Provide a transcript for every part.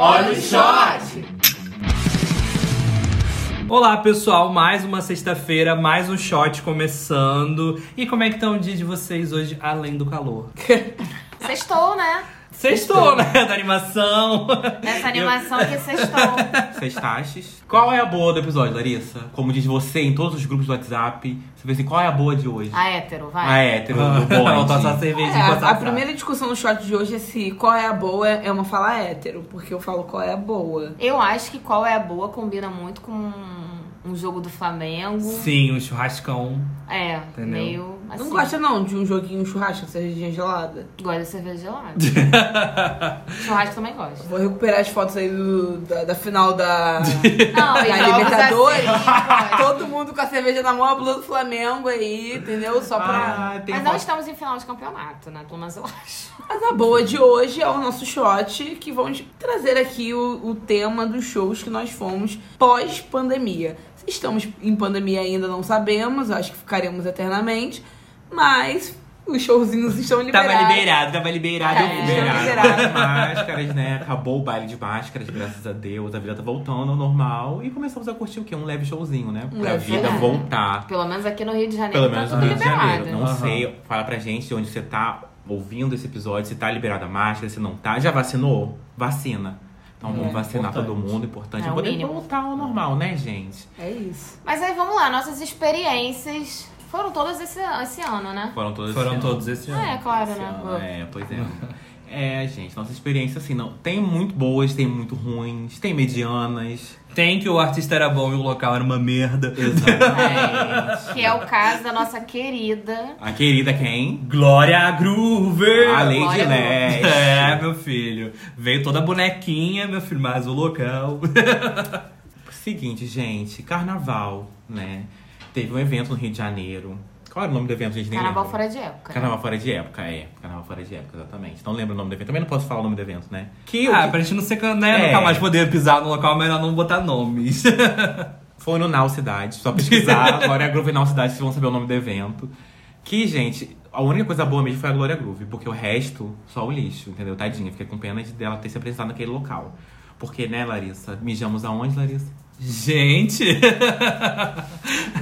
Olha o shot! Olá pessoal, mais uma sexta-feira, mais um shot começando. E como é que tá o dia de vocês hoje, além do calor? Sextou, né? Sextou, né? Da animação. Essa animação que sextou. Vocês taxas. Qual é a boa do episódio, Larissa? Como diz você em todos os grupos do WhatsApp, você vê assim, qual é a boa de hoje? A hétero, A vai. hétero, do Faltou essa bonde. tá cervejinha É, pra a, a passar. primeira discussão no shot de hoje é se qual é a boa é uma fala hétero, porque eu falo qual é a boa. Eu acho que qual é a boa combina muito com um jogo do Flamengo. Sim, um churrascão. É, Entendeu? meio assim. Não gosta não de um joguinho churrasco com cervejinha gelada? Gosta de cerveja gelada. Churrasco também gosta. Vou recuperar as fotos aí do- da, da final da, Não, e da jogos Libertadores. assim, gosta. Todo mundo com a cerveja na mão, a blusa do Flamengo aí, entendeu? Só pra... Ah, tem Mas uma- não estamos em final de campeonato, né? Pelo menos eu acho. Mas a boa de hoje é o nosso shot, que vamos trazer aqui o, o tema dos shows que nós fomos pós-pandemia. Se Estamos em pandemia ainda, não sabemos, acho que ficaremos eternamente, mas os showzinhos estão liberados. Tava liberado, tava liberado, É, liberado. liberado. um Máscaras, né? Acabou o baile de máscaras, graças a Deus. A vida tá voltando ao normal. E começamos a curtir o quê? Um leve showzinho, É, né? Um Pra leve vida showzinho. voltar. Pelo menos aqui no Rio de Janeiro Pelo tá menos no tudo Rio de liberado. Janeiro. Não Aham. sei, fala pra gente de onde você tá ouvindo esse episódio, se tá liberada a máscara, se não tá. Já vacinou? Vacina. Então vamos vacinar importante. todo mundo, importante. É, pra o poder mínimo. voltar ao normal, né, gente? É isso. Mas aí vamos lá, nossas experiências foram todas esse, esse ano, né? Foram todos Foram esse todos esse Ah, é ano. claro, Esse né? ano, É, pois é. É, gente, nossa experiência, assim, não, tem muito boas, tem muito ruins, tem medianas. Tem que o artista era bom e o local era uma merda. É, que é o caso da nossa querida. A querida quem? Glória Groover! A Lady Glória Leste. É, meu filho. Veio toda bonequinha, meu filho, mas o local. Seguinte, gente, carnaval, né? Teve um evento no Rio de Janeiro. Qual era o nome do evento, gente? Nem Carnaval lembro. fora de época. né? Carnaval fora de época, é. Carnaval fora de época, exatamente. Não lembro o nome do evento. Também não posso falar o nome do evento, né? Que o Ah, que pra gente não ser can- né? É. Nunca mais poder pisar no local, melhor não botar nomes. foi no Nau Cidade. Só pesquisar Glória Groove e Nau Cidade, vocês vão saber o nome do evento. Que, gente, a única coisa boa mesmo foi a Glória Groove. Porque o resto, só o lixo, entendeu? Tadinha, fiquei com pena de dela ter se apresentado naquele local. Porque, né, Larissa? Mijamos aonde, Larissa? Gente!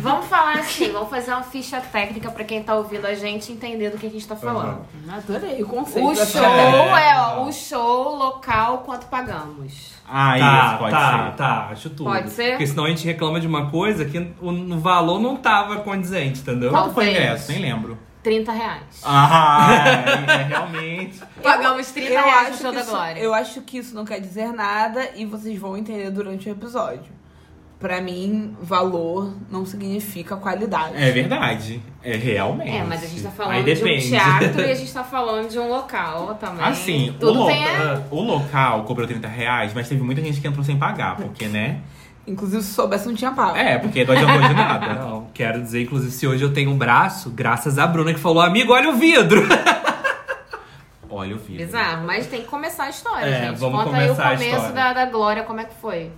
Vamos falar assim, vamos fazer uma ficha técnica pra quem tá ouvindo a gente entender do que a gente tá falando. Adorei o conceito. O da show festa. é ó, o show local quanto pagamos. Ah, tá, isso, pode tá, ser. tá, acho tudo. Pode ser? Porque senão a gente reclama de uma coisa que o o valor não tava condizente, entendeu? Qual? Quanto foi o Talvez. ingresso? Nem lembro. 30 reais. Ah, é, realmente. Pagamos 30 Eu reais no acho show que da isso- Glória. Eu acho que isso não quer dizer nada e vocês vão entender durante o episódio. Pra mim, valor não significa qualidade. É verdade. É realmente. É, mas a gente tá Aí falando de um depende. teatro e a gente tá falando de um local também. Assim, o, tudo lo- tem a- o local cobrou 30 reais, mas teve muita gente que entrou sem pagar, porque, né? Inclusive, se soubesse, não tinha pago. É, porque não adiantou de nada. Não, quero dizer, inclusive, se hoje eu tenho um braço, graças a Bruna que falou, amigo, olha o vidro! Olha né? o vídeo. é Bizarro, mas tem que começar a história, É, gente. vamos Conta aí o começar a começo história. da, da Glória, como é que foi.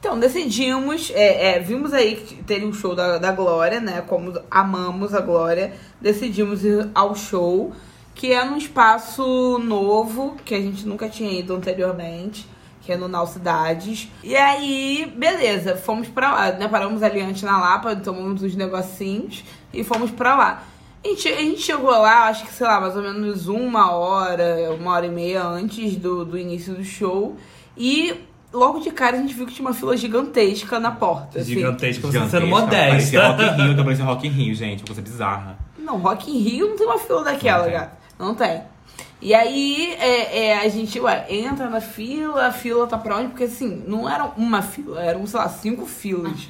Então, decidimos, é, é, vimos aí que teve o show da, da Glória, né? Como amamos a Glória, decidimos ir ao show, que é num espaço novo, que a gente nunca tinha ido anteriormente, que é no Nau Cidades. E aí, beleza, fomos pra lá, né? Paramos ali antes na Lapa, tomamos uns negocinhos e fomos pra lá. A gente, a gente chegou lá, acho que, sei lá, mais ou menos uma hora, uma hora e meia antes do, do início do show. E logo de cara a gente viu que tinha uma fila gigantesca na porta. assim. Gigantesco, você tá Gigantesca, sendo Parecia Rock modesta. in Rio, que parecia Rock in Rio, gente. Coisa bizarra. Não, Rock in Rio não tem uma fila daquela, Não tem. gata. Não tem. E aí é, é, a gente, ué, entra na fila, a fila tá pra onde? Porque assim, não era uma fila, eram, sei lá, cinco filas.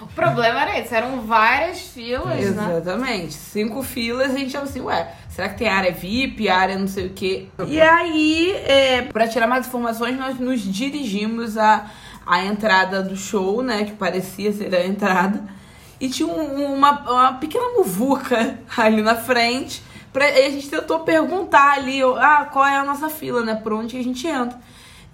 O problema era esse, eram várias filas, né? Exatamente. Cinco filas e a gente tava assim, ué, será que tem área VIP, área não sei o quê? E aí, é, pra tirar mais informações, nós nos dirigimos à, à entrada do show, né? Que parecia ser a entrada. E tinha um- uma, uma pequena muvuca ali na frente. Pra, e a gente tentou perguntar ali, ó, ah, qual é a nossa fila, né? Por onde que a gente entra.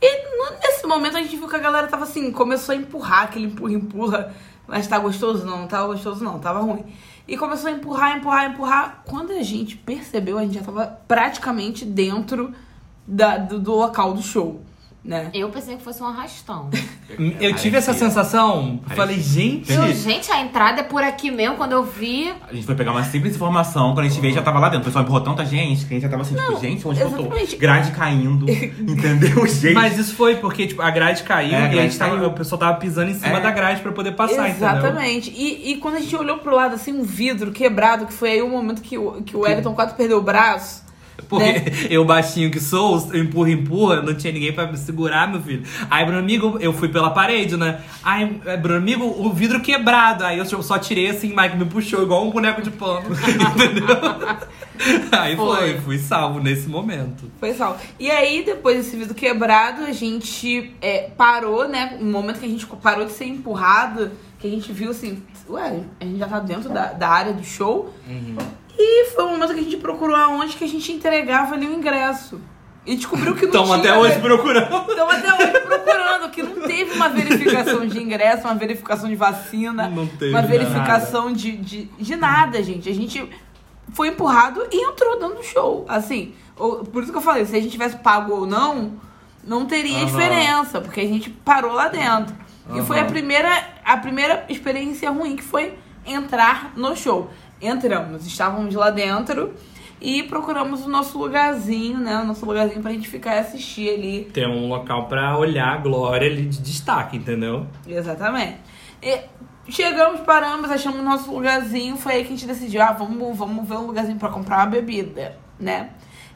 E no- nesse momento a gente viu que a galera tava assim, começou a empurrar, aquele empurra, empurra. Mas tá gostoso? Não, não tava gostoso não, tava ruim. E começou a empurrar, empurrar, empurrar. Quando a gente percebeu, a gente já tava praticamente dentro da- do, do local do show. né? Eu pensei que fosse um arrastão. Eu tive essa Parecia. sensação, Parecia. falei, gente. Eu, gente, a entrada é por aqui mesmo. Quando eu vi, A gente foi pegar uma simples informação, quando a gente veio já tava lá dentro. O pessoal empurrou tanta gente que a gente já tava assim, tipo, gente, onde que eu exatamente. tô? Grade caindo, entendeu? Gente. Mas isso foi porque tipo, a grade caiu É, a e a grade gente tava, caiu. o pessoal tava pisando em cima É. da grade pra poder passar, entendeu? Exatamente. E, e quando a gente olhou pro lado, assim, um vidro quebrado, que foi aí o momento que o, que o Wellington quase perdeu o braço. Porque Né? eu, baixinho que sou, eu empurra, empurra, não tinha ninguém pra me segurar, meu filho. Aí, Bruno Amigo, eu fui pela parede, né? Aí, é, Bruno Amigo, o vidro quebrado. Aí eu só tirei assim, Mike me puxou igual um boneco de pano. entendeu? Aí foi. Foi. fui salvo nesse momento. Foi só. E aí, depois desse vidro quebrado, a gente é, parou, né? Um momento que a gente parou de ser empurrado, que a gente viu assim, ué, a gente já tá dentro da, da área do show. Uhum. E foi um momento que a gente procurou aonde que a gente entregava ali o ingresso. E descobriu que não Então, tinha. até hoje procurando. Estamos até hoje procurando, que não teve uma verificação de ingresso, uma verificação de vacina, Não teve uma nada. verificação de, de, de nada, gente. A gente foi empurrado e entrou dando show. Assim, ou- por isso que eu falei, se a gente tivesse pago ou não, não teria Aham. diferença, porque a gente parou lá dentro. E foi a Aham. primeira, a primeira experiência ruim que foi entrar no show. Entramos, estávamos lá dentro e procuramos o nosso lugarzinho, né? O nosso lugarzinho pra gente ficar e assistir ali. Tem um local pra olhar a glória ali de destaque, entendeu? Exatamente. E chegamos, paramos, achamos nosso lugarzinho. Foi aí que a gente decidiu, ah, vamos, vamos ver um lugarzinho pra comprar uma bebida, né?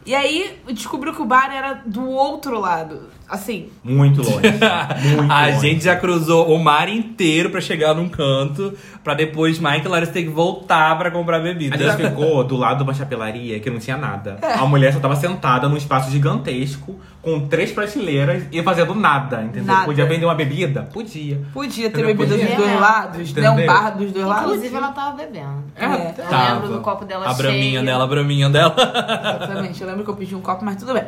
E aí descobriu que o bar era do outro lado. Assim, Muito longe. Muito a longe. gente já cruzou o mar inteiro pra chegar num canto, pra depois Mike e Larissa ter que voltar pra comprar bebida. A gente ficou do lado de uma chapelaria que não tinha nada. A mulher só tava sentada num espaço gigantesco, com três prateleiras e fazendo nada, entendeu? Nada. Podia vender uma bebida? Podia. podia ter Entendeu? bebida dos Podia, dois né? lados, né? Um Entendeu? bar dos dois lados. inclusive, ela tava bebendo. É, Eu Tava. lembro do copo dela A braminha cheio. dela, a braminha dela. Exatamente, eu lembro que eu pedi um copo, mas tudo bem.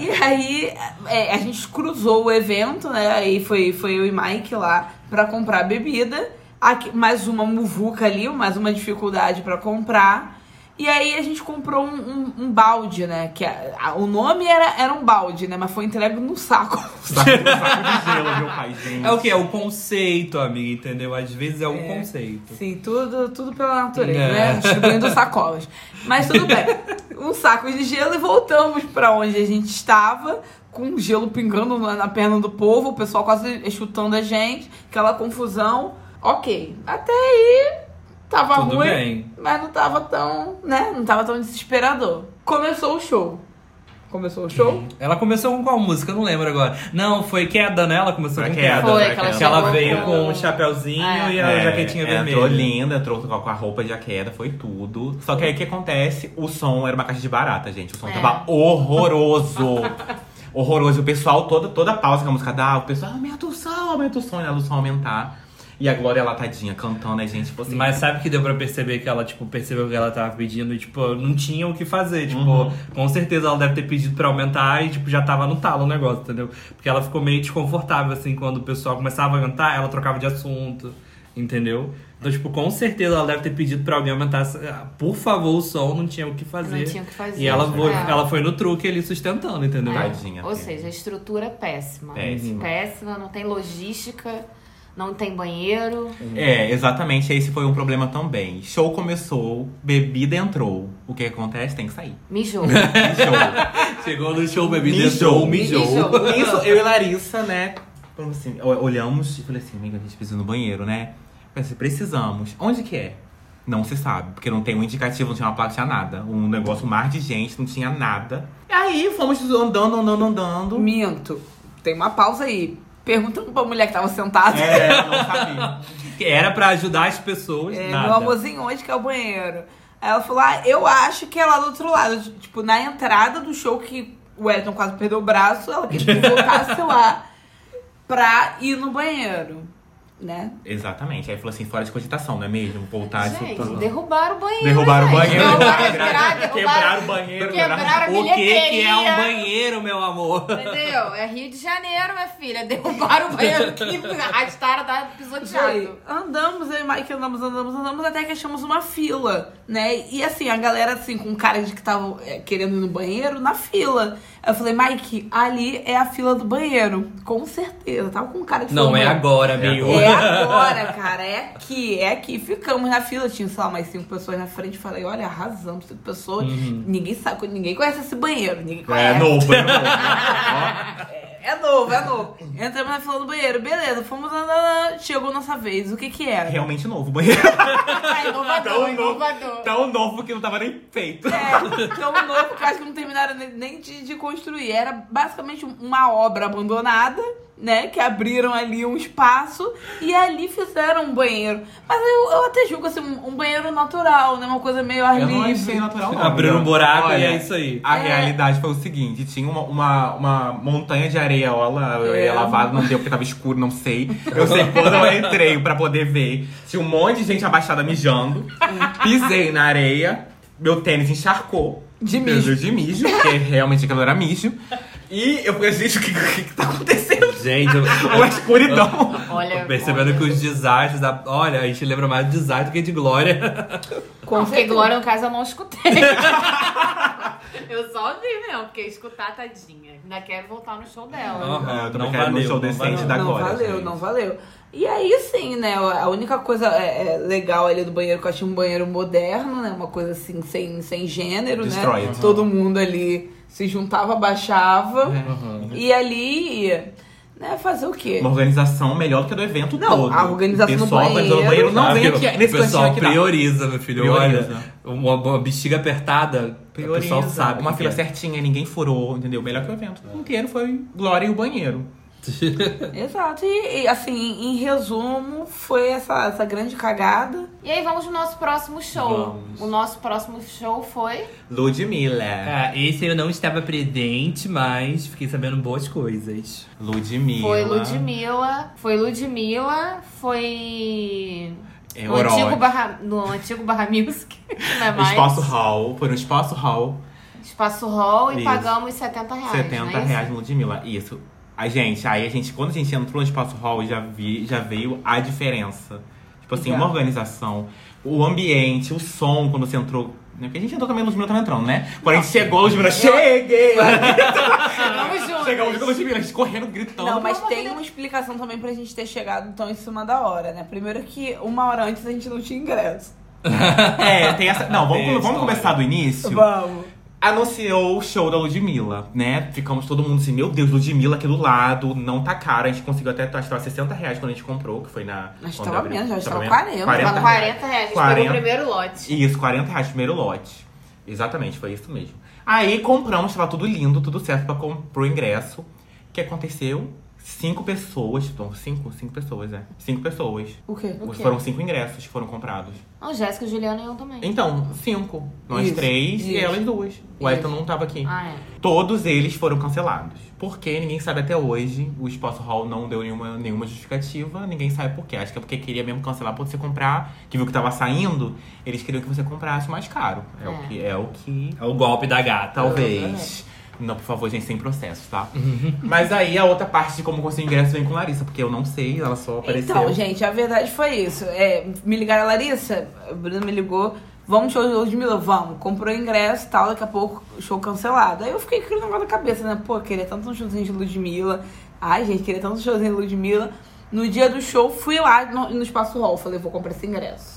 E aí, é, a gente cruzou o evento, né? Aí foi, foi eu e Mike lá pra comprar bebida. Aqui, mais uma muvuca ali, mais uma dificuldade pra comprar. E aí a gente comprou um, um- um balde, né? Que a- a- o nome era, era um balde, né? Mas foi entregue num saco. Saco, saco de gelo, meu pai, gente. É o que? É o conceito, amiga, entendeu? Às vezes é o É. conceito. Sim, tudo, tudo pela natureza, É. né? Distribuindo sacolas. Mas tudo bem. Um saco de gelo e voltamos pra onde a gente estava, com gelo pingando na, na perna do povo, o pessoal quase chutando a gente, aquela confusão. Ok. Até aí tava Tudo é? ruim, bem. mas não tava tão, né? Não tava tão desesperador. Começou o show. Começou o show? Ela começou com qual música? Eu não lembro agora. Não, foi queda, né? Ela começou Foi com Queda, queda. Foi, né, que ela Que ela Chegou veio com- com um chapéuzinho É. e a jaquetinha Entrou vermelha. linda, entrou com a com a roupa de jaqueta, foi tudo. Só que aí o que acontece? O som era uma caixa de barata, gente. O som É. tava horroroso. horroroso. O pessoal, toda, toda pausa que a música dá, o pessoal aumenta o som, aumenta o som, né? O som aumentar. E a Glória lá, tadinha, cantando, aí, gente, tipo assim. Mas sabe que deu pra perceber que ela, tipo, percebeu que ela tava pedindo e, tipo, não tinha o que fazer. Tipo, Uhum. com certeza ela deve ter pedido pra aumentar e, tipo, já tava no talo o negócio, entendeu? Porque ela ficou meio desconfortável, assim, quando o pessoal começava a cantar, ela trocava de assunto, entendeu? Então, tipo, com certeza ela deve ter pedido pra alguém aumentar, ah, por favor, o som, não tinha o que fazer. Não tinha o que fazer. E ela foi, É. ela foi no truque ali sustentando, entendeu? É. Tadinha, Ou tadinha. seja, a estrutura é péssima. Péssima. Péssima, não tem logística, não tem banheiro. É, exatamente, esse foi um problema também. Show começou, bebida entrou. O que acontece? Tem que sair. Mijou. Show. Chegou no show, bebida, entrou, mijou. Mijou. Isso, eu e Larissa, né? falamos assim, ol- olhamos e falei assim, amiga, a gente precisa ir no banheiro, né? Pensei, precisamos. Onde que é? Não se sabe, porque não tem um indicativo, não tinha uma placa, não tinha nada. Um negócio, um mar de gente, não tinha nada. E aí fomos andando, andando, andando. Minto. Tem uma pausa aí. Perguntando pra mulher que tava sentada. É, não sabia. Era pra ajudar as pessoas, É, nada. meu amorzinho, onde que é o banheiro? Aí ela falou, ah, eu acho que é lá do outro lado. Tipo, na entrada do show que o Elton quase perdeu o braço, ela quis que voltasse lá pra ir no banheiro. né? Exatamente. Aí falou assim, fora de cogitação, não é mesmo? Voltar Gente, isso. derrubaram o banheiro. Derrubaram o gente. banheiro. Derrubaram, Ah, Quebraram quebraram, o derrubaram. banheiro. Quebraram a O que, que é um bilheteria. banheiro, meu amor? Entendeu? É Rio de Janeiro, minha filha. Derrubaram o banheiro químico, arrastaram, da pisoteado. Foi. Andamos, eu e Mike andamos, andamos, andamos, até que achamos uma fila, né? E assim, a galera, assim, com cara de que tava é, querendo ir no banheiro, na fila. Eu falei, Mike, ali é a fila do banheiro. Com certeza, tava com cara de fila Não do é banheiro. agora, meu. É agora, cara, é aqui, é aqui. Ficamos na fila, tinha, sei lá, mais cinco pessoas na frente. Falei, olha, arrasamos, cinco pessoas. Ninguém sabe, ninguém conhece esse banheiro, ninguém conhece. Uhum. É novo, é novo. É novo, é novo. Entramos na fila do banheiro, beleza, fomos andando, chegou nossa vez. O que que era? Realmente novo o banheiro. Ah, Tão inovador, Tá um novo. inovador. Tão novo que não tava nem feito. É, tão novo que eu acho que não terminaram nem- nem de, de construir. Era basicamente um, uma obra abandonada, né? Que abriram ali um espaço e ali fizeram um banheiro. Mas eu, eu até julgo assim, um, um banheiro natural, né? Uma coisa meio ar Eu não achei livre. natural, não. Abriram um buraco Olha, e é isso aí. A É. realidade foi o seguinte: tinha uma, uma, uma montanha de areola, eu É. ia lavado, não deu porque tava escuro, não sei. Eu sei que quando eu entrei pra poder ver, tinha um monte de gente abaixada mijando. Pisei na areia, meu tênis encharcou. De mijo. Meu Deus, De mijo, porque realmente aquilo era mijo. E eu falei, gente, o que, o que que tá acontecendo? Gente, eu, Uma escuridão. É Olha, percebendo olha. que os desastres da. Olha, a gente lembra mais de desastre do que de glória. Com Porque certeza. Glória, no caso, eu não escutei. eu só vi mesmo, porque escutar, tadinha. Ainda quero voltar no show dela. Aham. É, eu também Não quero ir num valeu, show não decente valeu. da não Glória, valeu, gente. não valeu. E aí sim, né? A única coisa é, é, legal ali do banheiro que eu achei um banheiro moderno, né? Uma coisa assim, sem, sem gênero, né? Destroyed. Todo mundo ali se juntava, baixava. Uhum. E ali, né, fazer o quê? Uma organização melhor do que a do evento Não, todo. a organização do Pessoal organizando o banheiro- banheiro não Sabe? vem aqui. Nesse o pessoal cantinho aqui dá. prioriza, meu filho. Prioriza. Olha, uma, uma bexiga apertada, o pessoal sabe. Uma que fila é. certinha, ninguém furou, entendeu? Melhor que o evento inteiro foi Glória e o banheiro. Exato. E, e, assim, em resumo, foi essa, essa grande cagada. E aí vamos pro nosso próximo show. Vamos. O nosso próximo show foi. Ludmilla. Ah, esse eu não estava presente, mas fiquei sabendo boas coisas. Ludmilla. Foi Ludmilla. Foi Ludmilla. Foi. É, no, antigo Aurora. barra, no antigo Barra Music. Não é mais. Espaço Hall. Foi no Espaço Hall. Espaço Hall e Isso. pagamos 70 reais. 70 não é isso? reais no Ludmilla. Isso. A gente, aí a gente, quando a gente entrou no Espaço Hall, já, vi, já veio a diferença. Tipo assim, Já. uma organização, o ambiente, o som, quando você entrou. né? Porque a gente entrou também, a Ludmilla tava entrando, né? Quando a gente chegou, a Ludmilla, cheguei! Vamos juntos. Chegamos com a Ludmilla, a gente correndo, gritando. não, mas pelo amor de tem uma explicação também pra gente ter chegado tão em cima da hora, né? Primeiro que uma hora antes a gente não tinha ingresso. É, tem essa. Não, Tem a vamos, história. vamos começar do início. Vamos. Anunciou o show da Ludmilla, né? Ficamos todo mundo assim, meu Deus, Ludmilla aqui do lado, não tá caro. A gente conseguiu até, acho que tava 60 reais quando a gente comprou, que foi na. Acho que quando tava abriu. menos, acho que tava menos? 40 Tava 40 reais. A gente pegou 40. o primeiro lote. Isso, 40 reais primeiro lote. Exatamente, foi isso mesmo. Aí compramos, tava tudo lindo, tudo certo pra com- pro ingresso. O que aconteceu? Cinco pessoas, então, cinco, cinco pessoas, né? Cinco pessoas. O quê? O quê? Foram cinco ingressos que foram comprados. Não, Jéssica, Juliana e eu também. Então, cinco. Nós Isso, três e isso. elas duas. O Elton não tava aqui. Ah, é. Todos eles foram cancelados. Porque ninguém sabe até hoje. O Espaço Hall não deu nenhuma, nenhuma justificativa. Ninguém sabe por quê. Acho que é porque queria mesmo cancelar pra você comprar. Que viu que tava saindo. Eles queriam que você comprasse mais caro. É, É. o que. É o que. É o golpe da gata. Talvez. Não, por favor, gente, sem processo, tá? Uhum. Mas aí a outra parte de como conseguir ingresso vem com Larissa, porque eu não sei, ela só apareceu. Então, gente, a verdade foi isso. É, me ligaram a Larissa, a Bruna me ligou. Vamos show de Ludmilla, vamos. Comprou ingresso e tal, daqui a pouco show cancelado. Aí eu fiquei com aquele negócio na cabeça, né? Pô, queria tanto um showzinho de Ludmilla. Ai, gente, queria tanto um showzinho de Ludmilla. No dia do show, fui lá no, no Espaço Hall. Falei, vou comprar esse ingresso.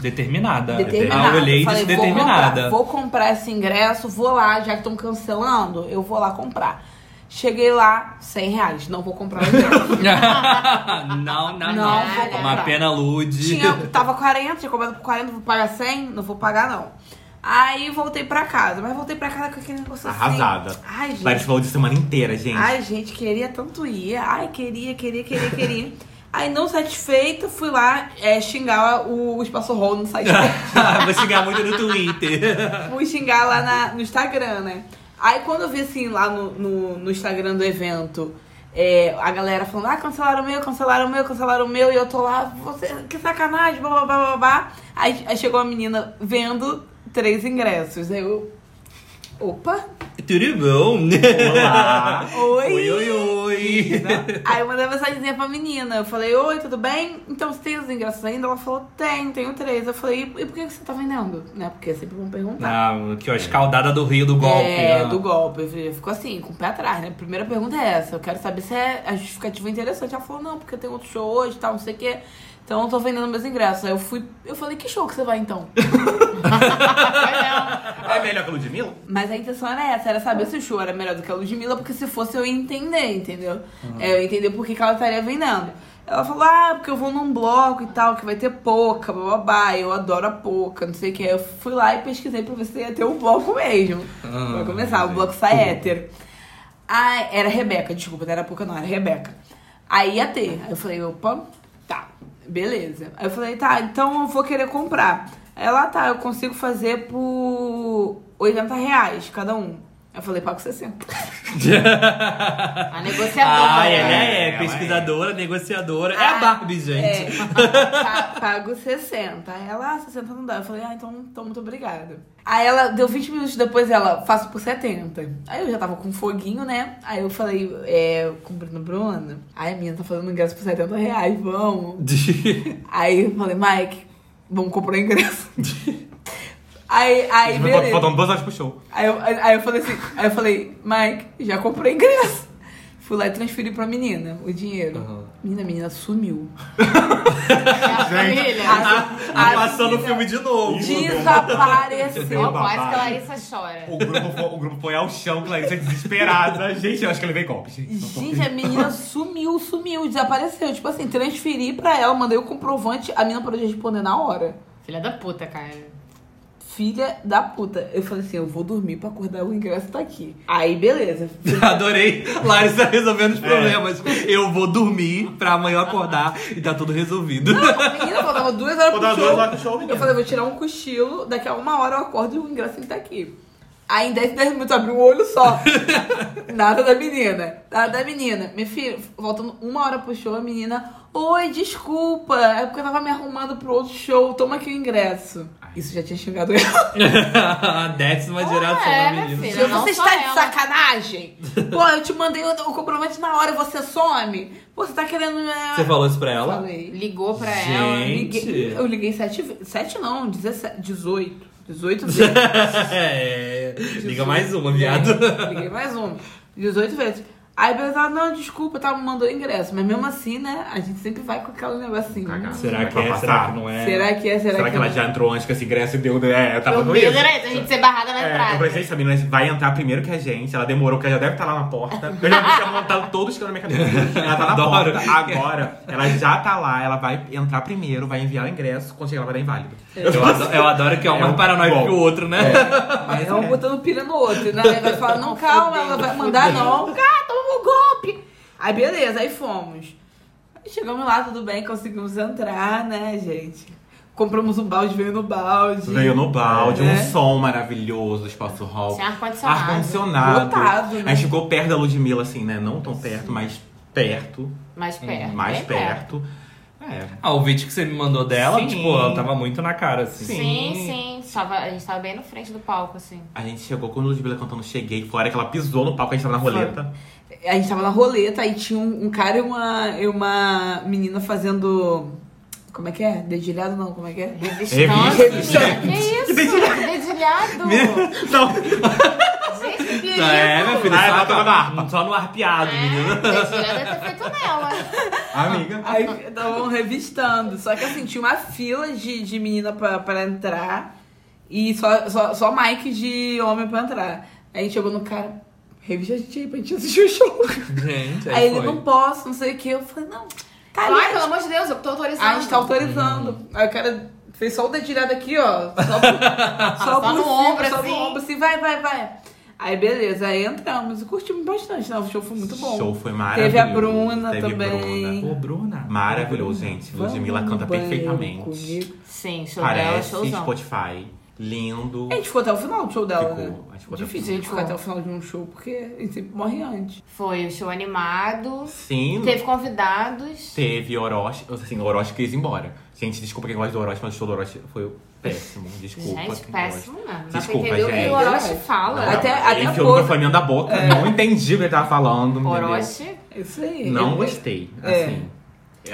Determinada. Determinada. A Ah, olhei e Falei, disse vou comprar, determinada. Vou comprar esse ingresso, vou lá, já que estão cancelando, eu vou lá comprar. Cheguei lá, 100 reais. Não vou comprar o ingresso. não, não, Não, não. vou comprar. Uma pena lude. Tinha, tava 40, tinha comprado por 40, vou pagar 100? Não vou pagar, não. Aí voltei pra casa, mas voltei pra casa com aquele negócio Arrasada. assim. Ai, gente. Larissa falou de semana inteira, gente. Ai, gente, queria tanto ir. Ai, queria, queria, queria, queria. Aí, não satisfeita, fui lá é, xingar o, o espaço hall no site. vou xingar muito no Twitter. fui xingar lá na- no Instagram, né? Aí quando eu vi assim lá no, no, no Instagram do evento, é, a galera falando, ah, cancelaram o meu, cancelaram o meu, cancelaram o meu, e eu tô lá, você, que sacanagem, blá blá blá blá blá. Aí, aí chegou a menina vendo três ingressos. Aí eu. Opa! Tudo bom? Olá! Oi! Oi, oi, oi! Aí eu mandei uma mensagenzinha pra menina. Eu falei, oi, tudo bem? Então você tem os ingressos ainda? Ela falou, tem, tenho três. Eu falei, e por que que você tá vendendo? Né? Porque sempre vão perguntar. Ah, aqui, ó, escaldada do Rio do golpe. É, ah. do golpe. Eu Ficou assim, com o pé atrás, né? Primeira pergunta é essa. Eu quero saber se é a justificativa interessante. Ela falou, não, porque tem outro show hoje e tal, não sei o quê. Então eu tô vendendo meus ingressos. Aí eu fui, eu falei, que show que você vai então? É melhor que o Ludmilla? Mas a intenção era essa, era saber se o show era melhor do que a Ludmilla, porque se fosse eu ia entender, entendeu? É, eu ia entender por que, que ela estaria vendendo. Ela falou, ah, porque eu vou num bloco e tal, que vai ter pouca, bababá, eu adoro a pouca, não sei o que. Eu fui lá e pesquisei pra ver se ia ter um bloco mesmo. Ah, vai começar, o bloco sai hétero. Ah, era Rebeca, desculpa, não era pouca não, era Rebeca. Aí ia ter. Aí eu falei, opa, tá, beleza. Aí eu falei, tá, então eu vou querer comprar. Ela, tá, eu consigo fazer por 80 reais cada um. Eu falei, pago 60. A negociadora. Ai, ela né? é, Ela é. pesquisadora, negociadora. É Ah, a Barbie, gente. É, pa- pago 60. Aí ela, ah, 60 não dá. Eu falei, ah, então, então muito obrigada. Aí ela, deu 20 minutos depois, ela, faço por 70. Aí eu já tava com foguinho, né? Aí eu falei, é, com o Bruno Bruno. Aí a menina tá fazendo ingresso por 70 reais, vamos. Aí eu falei, Mike, vamos comprar o ingresso. aí, A aí, gente vai beleza. faltando duas horas pro show. Aí eu, aí aí eu falei assim, aí eu falei, Mike, já comprei ingresso. Fui lá e transferi pra menina o dinheiro. Menina, a menina sumiu. A família. Ah, passando o filme de novo. Ó, Desapareceu. Quase que a Larissa chora. O grupo, foi, o grupo foi ao chão, Clarice é desesperada. Gente, eu acho que eu levei golpe, gente. Não tô- Gente, a menina sumiu, sumiu, desapareceu. Tipo assim, transferi pra ela, mandei o comprovante, a menina parou de responder na hora. Filha da puta, cara. Filha da puta. Eu falei assim, eu vou dormir pra acordar, o ingresso tá aqui. Aí, beleza. Adorei. Larissa resolvendo os problemas. Eu vou dormir pra amanhã eu acordar e tá tudo resolvido. A menina faltava duas horas pro Faltava show. duas horas pro show, menina. eu falei, vou tirar um cochilo, daqui a uma hora eu acordo e o ingresso tá aqui. Aí em 10, 10 minutos eu abri um olho só. Nada da menina. Nada da menina. Minha filha, voltando uma hora pro show, a menina. Oi, desculpa. É porque eu tava me arrumando pro outro show. Toma aqui o ingresso. Isso já tinha xingado ela. A décima geração é, da minha menina. filha. não Você só está de ela. sacanagem? Pô, eu te mandei o o comprovante na hora e você some. Pô, você tá querendo. é, Você falou isso pra ela? Falei. Ligou pra Gente. ela. Liguei- eu liguei sete ve- sete não, 17, 18. 18 vezes. É. Liga mais uma, viado. É, liguei mais uma. 18 vezes. Aí pensava, não, desculpa, tá, me mandou ingresso. Mas mesmo assim, né, a gente sempre vai com aquele negocinho. Cagada. hum, Será que Vai é? passar? Será que não é? Será que é? Será, Será que ela não? já entrou antes com esse ingresso e deu. É, eu tava Meu no Deus, isso. direito, a gente ser barrada na É, eu falei, entrada. gente, essa menina vai entrar primeiro que a gente. Ela demorou, porque ela já deve estar lá na porta. Eu já vi que ela montar todo o esquema na minha cabeça. Ela tá na Adoro. porta. Agora, ela já tá lá, ela vai entrar primeiro, vai enviar o ingresso. Quando chegar, ela vai dar inválido. Eu adoro, eu adoro que é um É mais um paranoico bom. que o outro, né? Aí é um botando pilha no outro, né? Aí vai falar, não, calma, ela vai mandar não. Ah, tomou um golpe. Aí beleza, aí fomos. Aí chegamos lá, tudo bem, conseguimos entrar, né, gente? Compramos um balde, veio no balde. Veio no balde, É. um som maravilhoso, espaço hall. Tinha ar-condicionado. Ar-condicionado. Lotado, né? A gente ficou perto da Ludmilla, assim, né? Não tão perto, mas perto. Mais É, perto. Hum, mais bem perto. perto. É. Ah, o vídeo que você me mandou dela, Sim. tipo, ela tava muito na cara, assim. Sim, Sim. sim. Tava- a gente tava bem no frente do palco, assim. A gente chegou, quando a Ludmilla cantando Cheguei, foi a hora que ela pisou no palco, a gente tava na roleta. A gente tava na roleta e tinha um, um cara e uma, e uma menina fazendo. Como é que é? Dedilhado não, como é que é? Revistante. Que isso? Dedilhado. Não, Gente, que perigo. É, minha filha, Ah, ela só, tava no na um, ar, só no arpeado, menina. É, Dedilhado deve ter feito nela. É. amiga. Aí estavam revistando. Só que assim, tinha uma fila de, de menina pra, pra entrar e só, só, só Mike de homem pra entrar. Aí a gente chegou no cara, revista a gente aí pra gente assistir o show. Gente, Aí, ele, não posso, não sei o que. Eu falei, não, tá ali, Ai, pelo amor de Deus, eu tô autorizando. Ah, a gente tá autorizando. Uhum. Aí o cara fez só o dedilhado aqui, ó. Só, por- Só por no cima, ombro, só assim. no ombro, assim, vai, vai, vai. Aí beleza, aí entramos e curtimos bastante, né? O show foi muito bom. Show foi maravilhoso. Teve a Bruna Teve também. Bruna. Ô, Bruna. Maravilhoso, gente. Vamos Ludmilla no canta banheiro perfeitamente. comigo. Sim, show dela, Parece showzão. Spotify. lindo. A gente ficou até o final do show dela, né? Ficou, a gente ficou até o Difícil a final. gente ficar até o final de um show, porque a gente sempre morre antes. Foi um show animado. Sim, Teve convidados. teve Orochi. Assim, o Orochi quis ir embora. Gente, desculpa quem gosta do Orochi, mas o show do Orochi foi péssimo. Desculpa. gente, quem péssimo, né? Não dá pra Desculpa, entender o que gente. o Orochi Verdade. fala. Gosta. Até- Não, até ele a enfiou o boca. microfone dentro da boca, não entendi o que ele tava falando. entendeu? Orochi, É Isso aí. Não Depois- gostei, É. assim.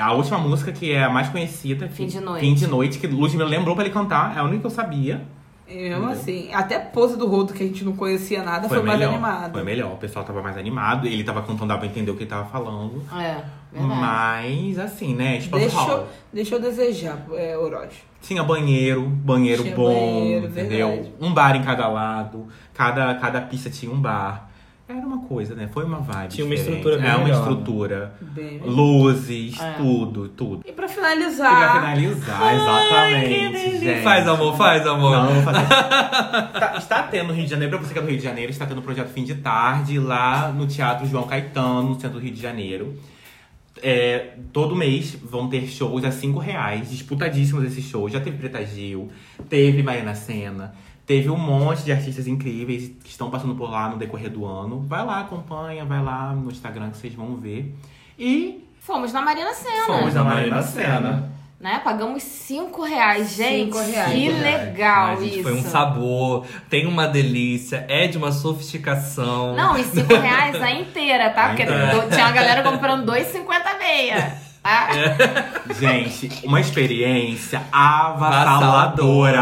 A última música que é a mais conhecida, Fim de Noite. Fim de Noite, que Luz me lembrou pra ele cantar, é a única que eu sabia. E mesmo assim, até a pose do rodo que a gente não conhecia nada foi, mais melhor. animada. Foi melhor, o pessoal tava mais animado, ele tava cantando, dava pra entender o que ele tava falando. é, verdade. Mas, assim, né? Espaço Deixa, hall. eu- deixa eu desejar, é, Orochi. Tinha banheiro, banheiro Tinha bom, banheiro, entendeu? verdade. Um bar em cada lado, cada, cada pista tinha um bar. Era uma coisa, né? Foi uma vibe. Tinha uma diferente. estrutura bem É uma melhor, né? estrutura. Bem. Luzes, É. tudo, tudo. E pra E finalizar, pra finalizar, exatamente. gente. Faz amor, faz amor. Não, vou fazer. Tá- está tendo no Rio de Janeiro, pra você que é do Rio de Janeiro, está tendo o projeto Fim de Tarde lá no Teatro João Caetano, no centro do Rio de Janeiro. É, todo mês vão ter shows a 5 reais, disputadíssimos esses shows. Já teve Preta Gil, teve Mariana Senna, teve um monte de artistas incríveis que estão passando por lá no decorrer do ano. Vai lá, acompanha, vai lá no Instagram que vocês vão ver. E Fomos na Marina Sena, fomos na Mariana Senna. né? Pagamos 5 reais, gente. Cinco reais. Que Cinco reais. legal Ai, gente, isso. Foi um sabor, tem uma delícia, é de uma sofisticação. Não, e 5 reais a inteira, tá? Porque Ainda. é. do- tinha uma galera comprando 2,50 meia. Tá? É Gente, uma experiência avassaladora.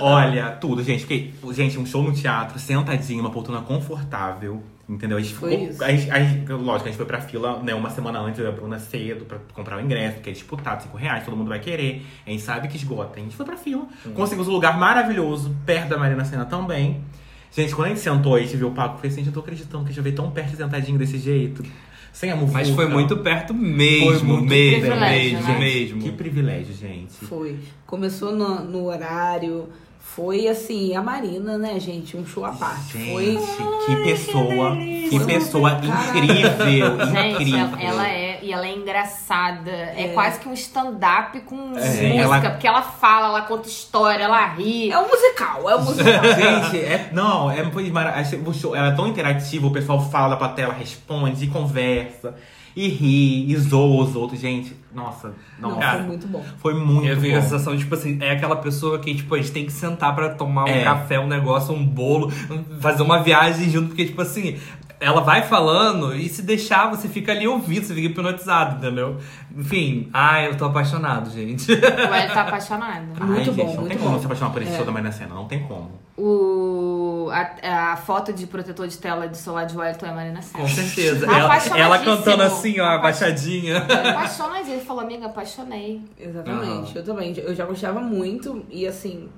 Olha, tudo, gente. Porque, gente, um show no teatro, sentadinho, uma poltrona confortável. Entendeu? A gente Foi ficou- isso. a gente- a gente- lógico, a gente foi pra fila, né, uma semana antes, eu e a Bruna cedo pra comprar o ingresso, porque é disputado, 5 reais, todo mundo vai querer. A gente sabe que esgota. A gente foi pra fila. Hum. Conseguimos um lugar maravilhoso, perto da Marina Sena também. Gente, quando a gente sentou aí, a gente viu o palco, eu falei assim, gente, eu tô acreditando que a gente veio tão perto sentadinho desse jeito. Sem a muvuca. Mas foi muito perto mesmo, Foi muito mesmo, privilégio, mesmo, né? mesmo. Que privilégio, gente. foi. Começou no, no horário, foi assim, a Marina, né, gente? Um show à parte. Foi. Gente, que pessoa, que Foi pessoa caraca. incrível, Gente, incrível. ela, ela é e ela é engraçada. É, É. quase que um stand-up com É, música, ela- porque ela fala, ela conta história, ela ri. É um musical, é um musical. Gente, é, não, é, foi mara- achei o show- ela é tão interativa, o pessoal fala pra tela, responde, e conversa, e ri, e zoa os outros. Gente, nossa, Não, nossa. foi muito bom. Foi muito eu tenho a bom. sensação, tipo assim, é aquela pessoa que, tipo, a gente tem que sentar pra tomar um É. café, um negócio, um bolo, um- fazer uma viagem junto, porque, tipo assim, ela vai falando e se deixar, você fica ali ouvindo, você fica hipnotizado, entendeu? Enfim, ai, eu tô apaixonado, gente. O Hélio tá apaixonado. Muito Ai, bom, gente, não muito tem como bom. se apaixonar por esse show da Marina Sena, não tem como. O, a, a foto de protetor de tela do celular de Wellington é a Marina Com Sena. certeza. Ela, ela Apaixonadíssimo. cantando assim, ó, abaixadinha. Apaixonadinho. Ele falou, amiga, apaixonei. Exatamente, eu também. Eu já gostava muito e assim,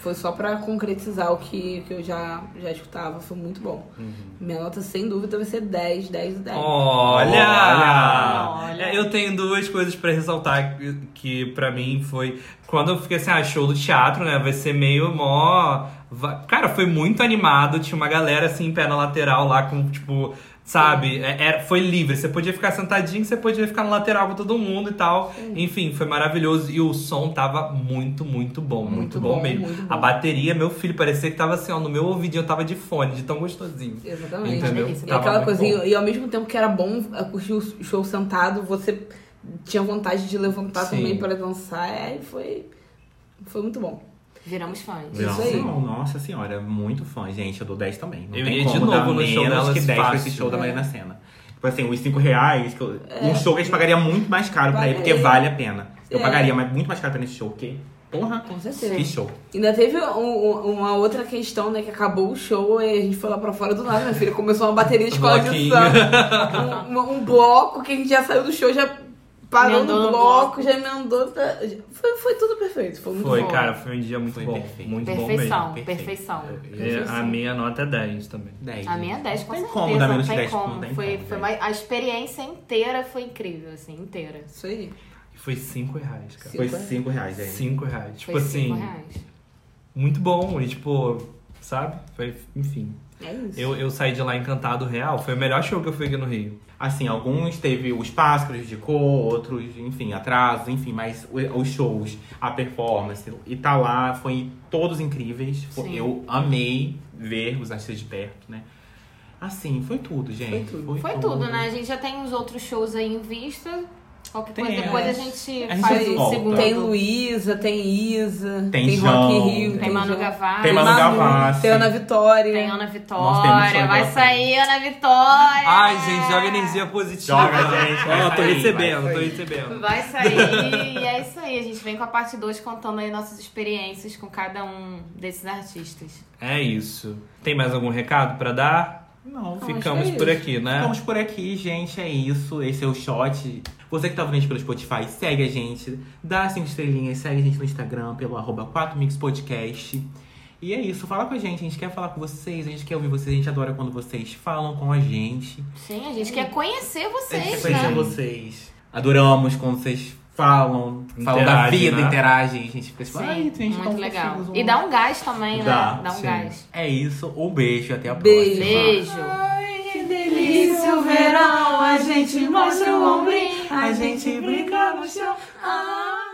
foi só pra concretizar o que, que eu já, já escutava, foi muito bom. Uhum. Minha nota, sem dúvida, vai ser 10, 10 e 10. Olha! Olha! É, Eu tenho duas coisas pra ressaltar que, que pra mim foi. Quando eu fiquei assim, ah, show do teatro, né? Vai ser meio mó. va- Cara, foi muito animado. Tinha uma galera assim, pé na lateral lá, com tipo. Sabe? É- Era, foi livre. Você podia ficar sentadinho, você podia ficar na lateral com todo mundo e tal. Enfim, foi maravilhoso. E o som tava muito, muito bom. Muito, Muito bom, bom, mesmo. muito bom. A bateria, meu filho, parecia que tava assim, ó, no meu ouvidinho, eu tava de fone, de tão gostosinho. Exatamente. Entendeu? E é Tava aquela muito bom. coisinha, e ao mesmo tempo que era bom é, curtir o show sentado, você tinha vontade de levantar Sim. também pra dançar, é, e foi, foi muito bom. Viramos fãs. Isso é aí. Não, nossa senhora, muito fã, gente. Eu dou 10 também. Não Eu tem ia de como novo dar no menos show delas que 10 pra fácil. esse show da É. Marina Sena. Tipo assim, os 5 reais, que eu- É. um show que a gente pagaria muito mais caro pra ir, porque vale Pagaria. a pena. Eu É. pagaria mas muito mais caro pra ir nesse show, porque, porra, Com certeza. que show. Ainda teve um- um- uma outra questão, né? Que acabou o show e a gente foi lá pra fora do nada, minha filha. Começou uma bateria de escola de Bloquinho. samba. Um, um- um bloco que a gente já saiu do show, já parou Emendou um no no bloco, já emendou. tá- Foi, foi tudo perfeito. Foi muito Foi, bom. cara, foi um dia muito Foi bom. perfeito. Muito bom mesmo. Perfeição, mesmo, perfeição. É, a minha nota é 10 também. 10. A minha é 10, com Tem certeza. como dar menos não tem 10, como. não tem foi, como, né? foi gente. mais- a experiência inteira foi incrível, assim, inteira. Isso aí. E foi 5 reais, cara. Foi Cinco, né? 5 reais, é gente. 5 reais. Tipo foi assim, cinco reais. muito bom. E tipo, sabe? Foi, enfim. É isso. Eu, eu saí de lá encantado real. Foi o melhor show que eu fui aqui no Rio. Assim, alguns teve os pássaros de cor, outros, enfim, atrasos, enfim, mas o- os shows, a performance, e tá lá, foi todos incríveis. Foi- Sim. eu amei ver os artistas de perto, né? Assim, foi tudo, gente. tudo. Foi tudo, né? A gente já tem uns outros shows aí em vista. Qualquer Tem, coisa, depois é. a gente A gente faz um volta. segundo. Tem Luísa, tem Isa, Tem tem, Rock in João, Rio, tem Tem Manu João. Gavassi. Tem Manu Gavassi. Tem Ana Vitória. Tem Ana Nossa, tem muito show Vitória. pela Vai frente. sair Ana Vitória. Ai, gente, joga energia positiva. Joga, gente, vai Ó, tô sair, recebendo, vai tô sair. recebendo. Vai sair. e é isso aí. A gente vem com a parte 2 contando aí nossas experiências com cada um desses artistas. É isso. Tem mais algum recado pra dar? Não, Ficamos é por isso. aqui, né? Ficamos por aqui, gente. É isso. Esse é o shot. Você que tá ouvindo a gente pelo Spotify, segue a gente. Dá cinco estrelinhas, segue a gente no Instagram, pelo arroba 4mixpodcast. E é isso, fala com a gente, a gente quer falar com vocês, a gente quer ouvir vocês, a gente adora quando vocês falam com a gente. Sim, a gente quer conhecer A gente quer vocês, conhecer né? vocês. Adoramos quando vocês falam, falam da Interagem, vida, né? interagem. A gente fica assim, Sim, "Ai, gente, então, muito tão legal. fofinhos, um E dá um gás também, né? Dá um sim. gás. É isso, um beijo, até a Beijo. próxima. Beijo. Que delícia o verão, a gente mostra o ombrinho, a gente brinca no chão. Ah.